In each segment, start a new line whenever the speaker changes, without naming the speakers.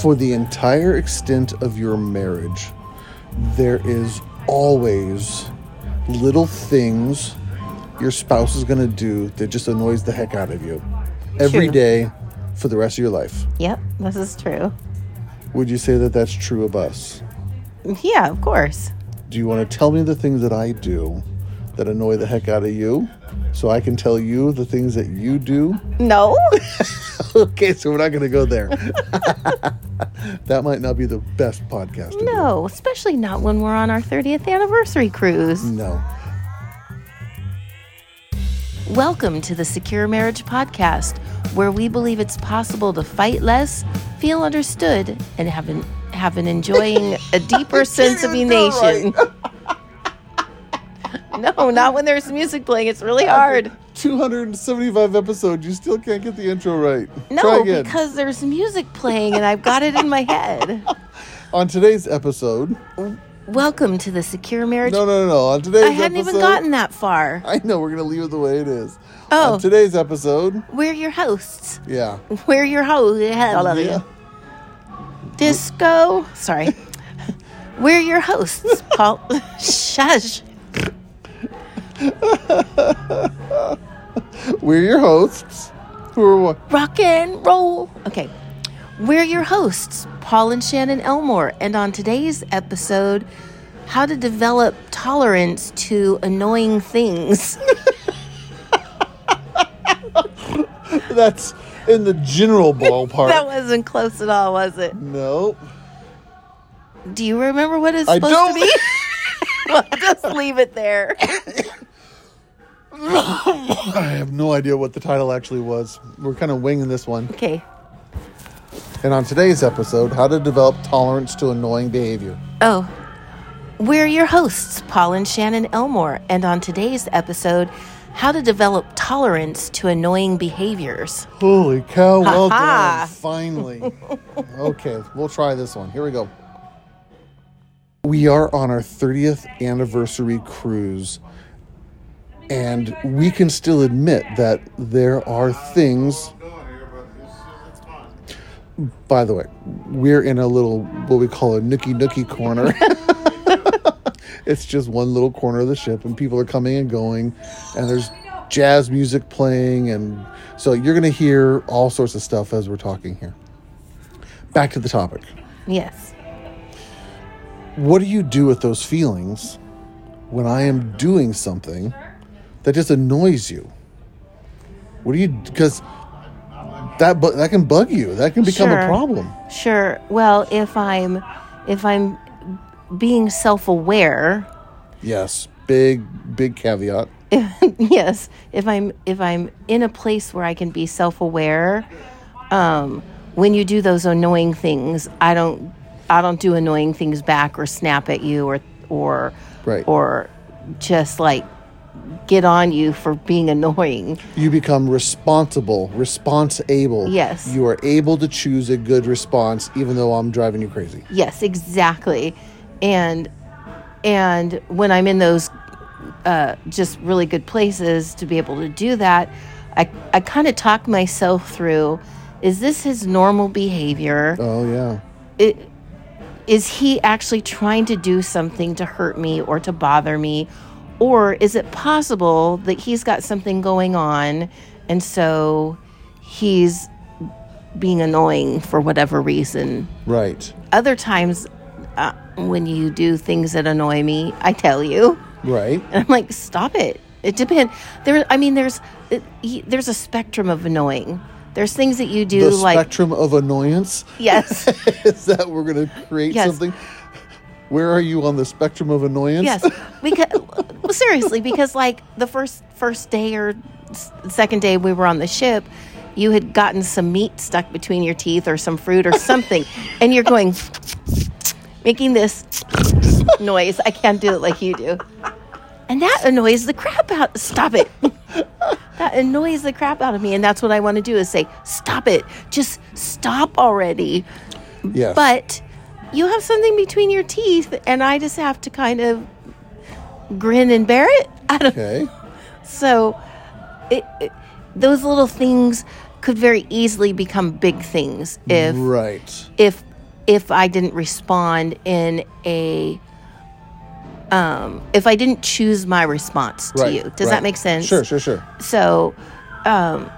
for the entire extent of your marriage, there is always little things your spouse is going to do that just annoys the heck out of you every
True.
day for the rest of your life.
Yep, this is true.
Would you say that that's true of us?
Yeah, of course.
Do you want to tell me the things that I do that annoy the heck out of you so I can tell you the things that you do?
No.
okay, so we're not going to go there. that might not be the best podcast. to do.
No, especially not when we're on our 30th anniversary cruise.
No.
Welcome to the Secure Marriage Podcast, where we believe it's possible to fight less, feel understood, and have an, have an enjoying a deeper sense of
even do it
nation. no, not when there's music playing. It's really hard.
275 episodes, you still can't get the intro right. Try
No,
again.
because there's music playing and I've got it in my head.
On today's episode,
Welcome to the Secure Marriage.
no, no, no, on today's
I hadn't even
episode-
gotten that far.
I know we're gonna leave it the way it is.
Oh.
On today's episode,
We're your hosts.
yeah,
We're your hosts. I love
yeah.
you. Disco. Sorry. We're your hosts, Paul. Shush.
We're your hosts. Who are what?
Rock and roll. Okay. We're your hosts, Paul and Shannon Elmore. And on today's episode, how to develop tolerance to annoying things.
That's in the general ballpark.
that wasn't close at all, was it?
no,
Do you remember what it's
I
supposed
don't.
to be? well, just leave it there.
I have no idea what the title actually was. We're kind of winging this one.
Okay.
And on today's episode, how to develop tolerance to annoying behavior.
Oh, we're your hosts, Paul and Shannon Elmore, and on today's episode, how to develop tolerance to annoying behaviors.
Holy cow! Well
Ha-ha.
done. Finally. okay, we'll try this one. Here we go. We are on our 30th anniversary cruise, and we can still admit that there are things. By the way, we're in a little what we call a nookie nookie corner. it's just one little corner of the ship and people are coming and going and there's jazz music playing and so you're going to hear all sorts of stuff as we're talking here back to the topic
Yes.
what do you do with those feelings when i am doing something that just annoys you what do you because that bu- that can bug you that can become a
Sure.
problem
Sure. Well, if I'm if I'm being self-aware,
yes big big caveat
yes, if I'm if I'm in a place where I can be self-aware, um when you do those annoying things, I don't I don't do annoying things back or snap at you or or
Right.
or just like get on you for being annoying.
you become responsible, response able.
Yes.
You are able to choose a good response, even though I'm driving you crazy.
Yes, exactly. And and when I'm in those uh, just really good places to be able to do that, I I kind of talk myself through: Is this his normal behavior?
Oh, yeah.
it, is he actually trying to do something to hurt me or to bother me? Or is it possible that he's got something going on and so he's being annoying for whatever reason?
Right.
Other times, uh, when you do things that annoy me, I tell you.
Right.
And I'm like, stop it. It depends. There, I mean, there's it, y- there's a spectrum of annoying. There's things that you do
the
like,
spectrum of annoyance
yes,
is that we're going to create
Yes.
something. Where are you on the spectrum of annoyance?
Yes, because well, seriously, because like the first first day or s- second day we were on the ship, you had gotten some meat stuck between your teeth or some fruit or something, and you're going making this noise. I can't do it like you do, and that annoys the crap out. Stop it. That annoys the crap out of me, and that's what I want to do is say, "Stop it! Just stop already!"
Yes.
but you have something between your teeth and i just have to kind of grin and bear it i don't
Okay.
so it, it, those little things could very easily become big things if
Right.
if if I didn't respond in a um if I didn't choose my response to
Right,
you. Does
right.
that make sense?
Sure, sure, sure.
So um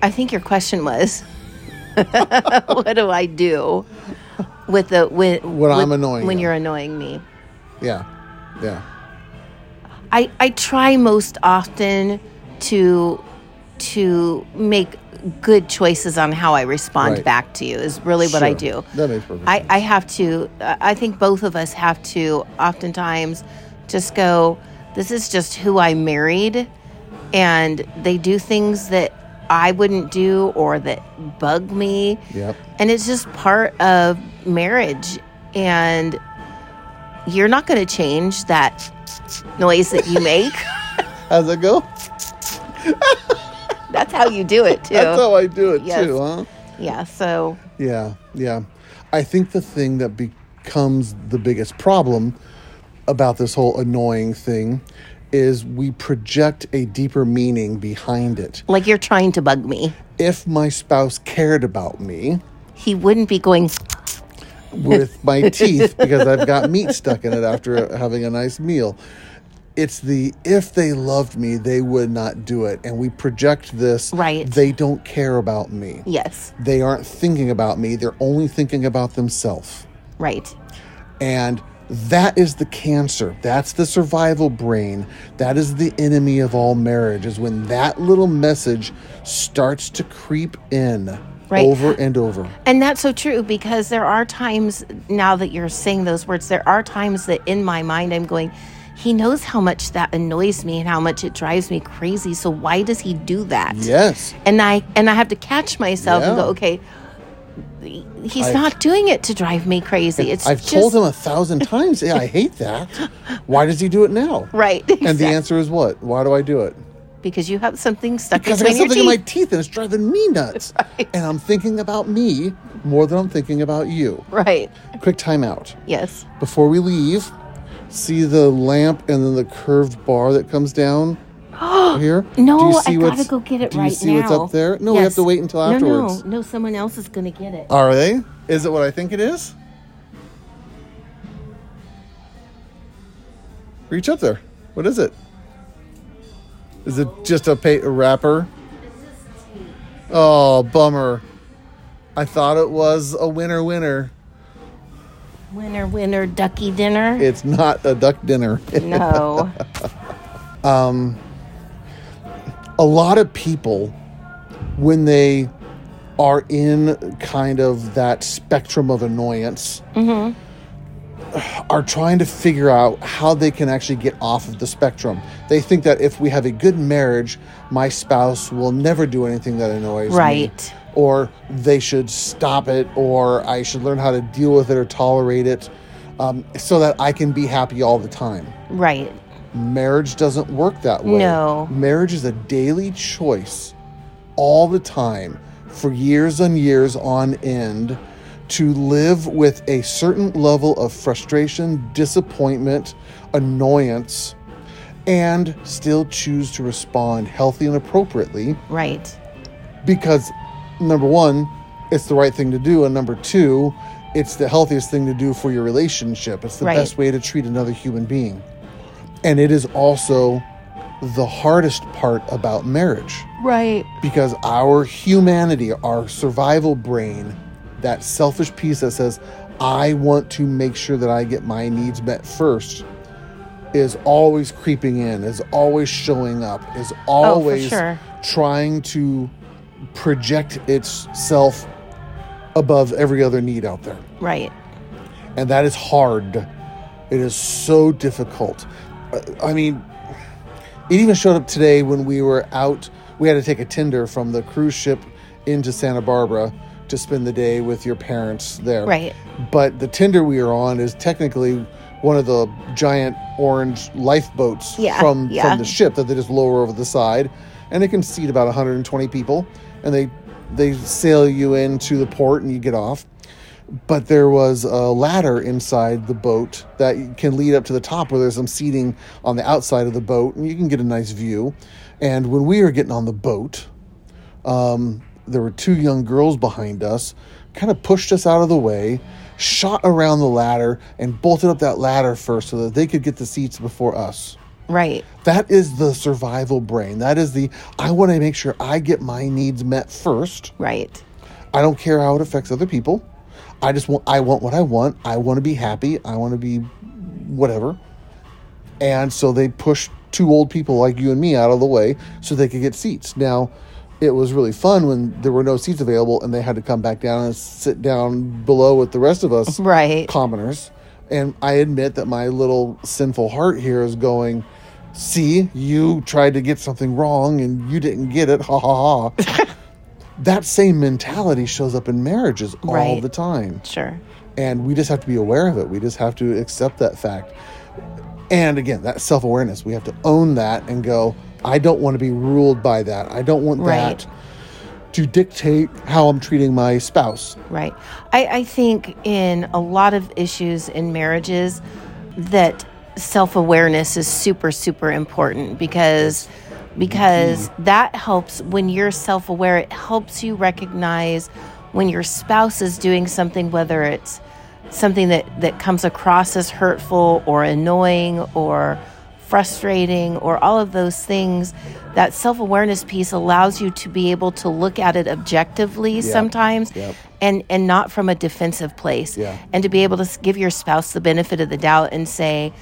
I think your question was what do I do with the when
When I'm annoying
when
you.
you're annoying me?
Yeah, yeah.
I, I try most often to to make good choices on how I respond
Right.
back to you is really what I
Sure.
do.
That makes perfect.
I,
sense.
I have to I I think both of us have to oftentimes just go this is just who I married and they do things that I wouldn't do or that bug me
Yep.
and it's just part of marriage and you're not going to change that noise that you make
How's it go?
that's how you do it too
That's how I do it
Yes.
too, huh?
yeah so
Yeah, yeah. I think the thing that becomes the biggest problem about this whole annoying thing is we project a deeper meaning behind it.
like you're trying to bug me
If my spouse cared about me
he wouldn't be going
with my teeth because I've got meat stuck in it after having a nice meal, it's the if they loved me, they would not do it. And we project this
Right.
they don't care about me.
yes
They aren't thinking about me, they're only thinking about themselves.
right
And that is the cancer. That's the survival brain. That is the enemy of all marriage, is when that little message starts to creep in
Right.
over and over.
And that's so true because there are times now that you're saying those words, there are times that in my mind I'm going, he knows how much that annoys me and how much it drives me crazy. So why does he do that?
Yes.
And I and I have to catch myself and
Yeah.
go, okay, he's not doing it to drive me crazy. It's
I've
just,
told him a thousand times, yeah, I hate that. Why does he do it now?
right,
And the
exact-
answer is what? Why do I do it?
because you have something stuck
Because I got
between your
something in
teeth.
my teeth and it's driving me nuts. And I'm thinking about me more than I'm thinking about you.
right?
Quick timeout.
Yes.
Before we leave, see the lamp and then the curved bar that comes down here?
No,
Do you
I
see
gotta
what's-
go get it
do
right
you see
now.
what's up there? No, we have
Yes.
to wait until
No,
afterwards.
No, no, someone else is going to get it.
Are they? Is it what I think it is? Reach up there. What is it? Is it just a, pa- a wrapper? Oh, bummer. I thought it was a winner winner.
Winner, winner, ducky dinner.
It's not a duck dinner.
no.
a lot of people when they are in kind of that spectrum of annoyance are trying to figure out how they can actually get off of the spectrum they think that if we have a good marriage my spouse will never do anything that annoys me
Right.
or they should stop it or i should learn how to deal with it or tolerate it um, so that i can be happy all the time
Right.
marriage doesn't work that way.
No.
Marriage is a daily choice all the time for years and years on end to live with a certain level of frustration, disappointment, annoyance, and still choose to respond healthy and appropriately
Right.
because number one, it's the right thing to do, and number two, it's the healthiest thing to do for your relationship. It's the
Right.
best way to treat another human being. And it is also the hardest part about marriage
Right.
because our humanity, our survival brain, that selfish piece that says, I want to make sure that I get my needs met first, is always creeping in, is always showing up, is always
sure.
trying to project itself above every other need out there.
Right.
And that is hard. It is so difficult. Uh, I mean, it even showed up today when we were out. We had to take a tender from the cruise ship into Santa Barbara to spend the day with your parents there.
Right.
But the tender we are on is technically one of the giant orange lifeboats
Yeah,
from
yeah.
from the ship that they just lower over the side, and it can seat about 120 people, and they they sail you into the port and you get off. But there was a ladder inside the boat that can lead up to the top where there's some seating on the outside of the boat, and you can get a nice view. And when we were getting on the boat, um, there were two young girls behind us, kind of pushed us out of the way, shot around the ladder, and bolted up that ladder first so that they could get the seats before us.
Right.
That is the survival brain. That is the I want to make sure I get my needs met first.
Right.
I don't care how it affects other people. I just want I want what I want. I want to be happy. I want to be whatever. And so they pushed two old people like you and me out of the way so they could get seats. Now, it was really fun when there were no seats available and they had to come back down and sit down below with the rest of us
Right.
commoners. And I admit that my little sinful heart here is going, see, you tried to get something wrong and you didn't get it. Ha ha ha. that same mentality shows up in marriages all
Right.
the time.
Sure.
And we just have to be aware of it. We just have to accept that fact. And again, that self awareness, we have to own that and go, I don't want to be ruled by that. I don't want
Right.
that to dictate how I'm treating my spouse.
Right. I, I think in a lot of issues in marriages that self awareness is super, super important because because
Mm-hmm.
that helps when you're self aware, it helps you recognize when your spouse is doing something, whether it's something that, that comes across as hurtful or annoying or frustrating or all of those things, that self awareness piece allows you to be able to look at it objectively sometimes
Yep.
and and not from a defensive place
Yeah.
and to be able to s- give your spouse the benefit of the doubt and say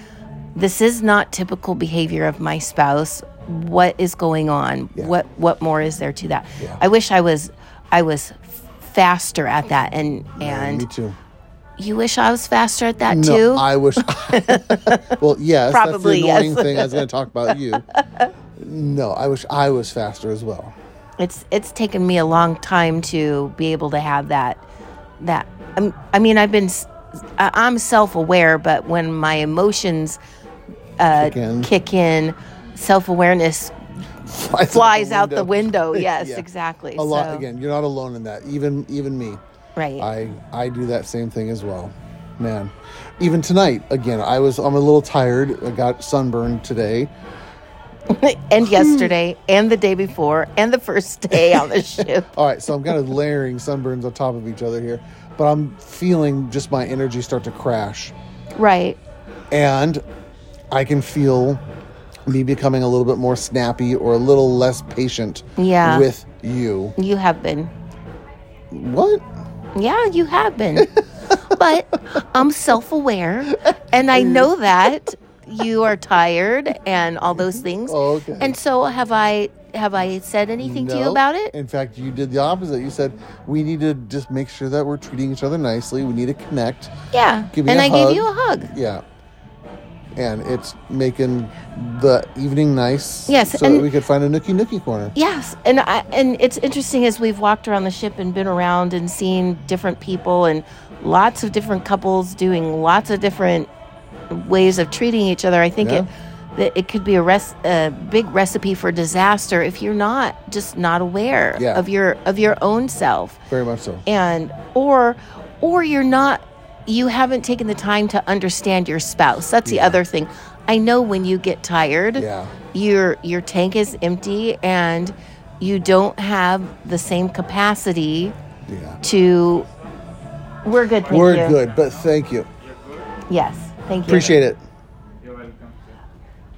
this is not typical behavior of my spouse what is going on what what more is there to that
Yeah.
i wish i was i was faster at that and
Me
and
too.
you wish i was faster at that
No,
too
I wish. well, yes, that's
Probably,
the annoying
yes.
thing I was going to talk about you. No, I wish I was faster as well.
it's it's taken me a long time to be able to have that that um, i mean i've been s- I- i'm self-aware but when my emotions uh,
Kick in.
kick in self-awareness
Flies,
flies out the window yes
Yeah.
exactly
A lot
So-
again. You're not alone in that. Even even me,
right
I I do that same thing as well. Man, even tonight again. I was I'm a little tired. I got sunburned today.
and yesterday and the day before and the first day on the ship
All right, so I'm kind of layering sunburns on top of each other here, but I'm feeling just my energy start to crash.
right
and I can feel me becoming a little bit more snappy or a little less patient
Yeah.
with you.
you have been
What?
Yeah, you have been. but I'm self aware and I know that you are tired and all those things.
Oh, Okay.
And so have I have I said anything to you
No.
about it?
In fact, you did the opposite. You said we need to just make sure that we're treating each other nicely. We need to connect.
yeah.
Give
And
me
I
a
gave
hug.
you a hug.
Yeah. And it's making the evening nice.
Yes,
So
and-
that we could find a nookie nookie corner.
Yes, and I, and it's interesting as we've walked around the ship and been around and seen different people and lots of different couples doing lots of different ways of treating each other. I think it that it could be a, res, a big recipe for disaster if you're not just not aware
Yeah.
of your of your own self
Very much so.
and or or you're not you haven't taken the time to understand your spouse. That's the other thing. I know when you get tired
Yeah.
your your tank is empty and you don't have the same capacity
Yeah.
to we're good thank
we're
you.
good, but thank you.
yes thank you
Appreciate it.
You're welcome. sir.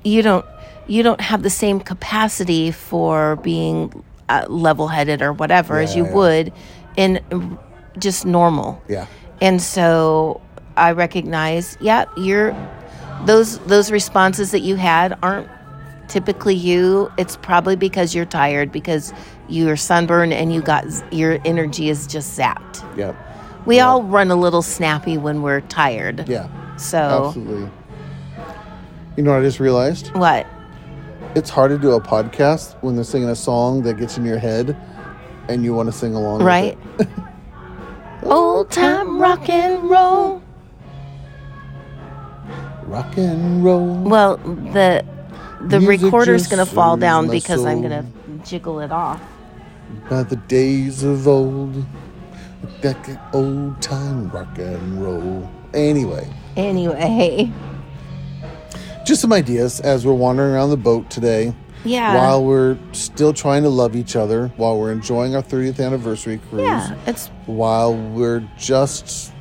you don't you don't have the same capacity for being uh, level-headed or whatever as
Yeah,
you
yeah.
would in just normal
Yeah.
and so i recognize yeah you're those those responses that you had aren't typically you it's probably because you're tired because you're sunburned and you got z- your energy is just zapped
Yeah.
we all run a little snappy when we're tired
Yeah.
so
Absolutely. You know what I just realized?
what
It's hard to do a podcast when they're singing a song that gets in your head and you want to sing along. with
right
it.
old time rock and roll
Rock and roll.
well the the
Music
recorder's
just
gonna fall
soothes
down
my
because i'm
soul.
gonna jiggle it off
By the days of old. Back in old time rock and roll. Anyway,
anyway
just some ideas as we're wandering around the boat today.
Yeah.
while we're still trying to love each other, while we're enjoying our 30th anniversary cruise,
yeah. It's
while we're just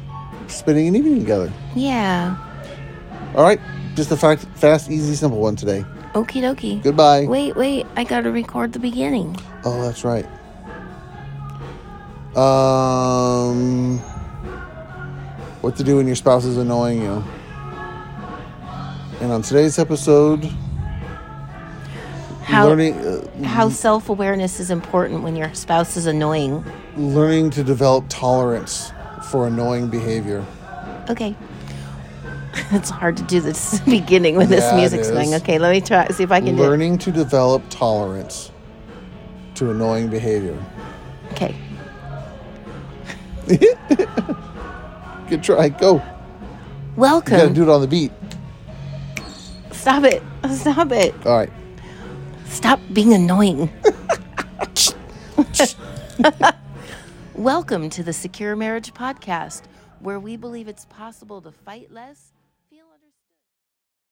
spending an evening together.
yeah.
All right, just a fact, fast, easy, simple one today.
Okie dokie.
Goodbye.
Wait, wait. I got to record the beginning.
Oh, that's right. Um, what to do when your spouse is annoying you? And on today's episode,
How
learning uh,
how self awareness is important when your spouse is annoying.
learning to develop tolerance for annoying behavior.
Okay. It's hard to do this beginning when this
Yeah, it
music's going.
is.
Okay, let me try see if I can do
Learning to develop tolerance to annoying behavior.
it. Okay.
Good try. Go. You gotta
Welcome.
do it on the beat.
Stop it. Stop it.
All right.
Stop being annoying. Welcome to the Secure Marriage Podcast, where we believe it's possible to fight less, feel understood.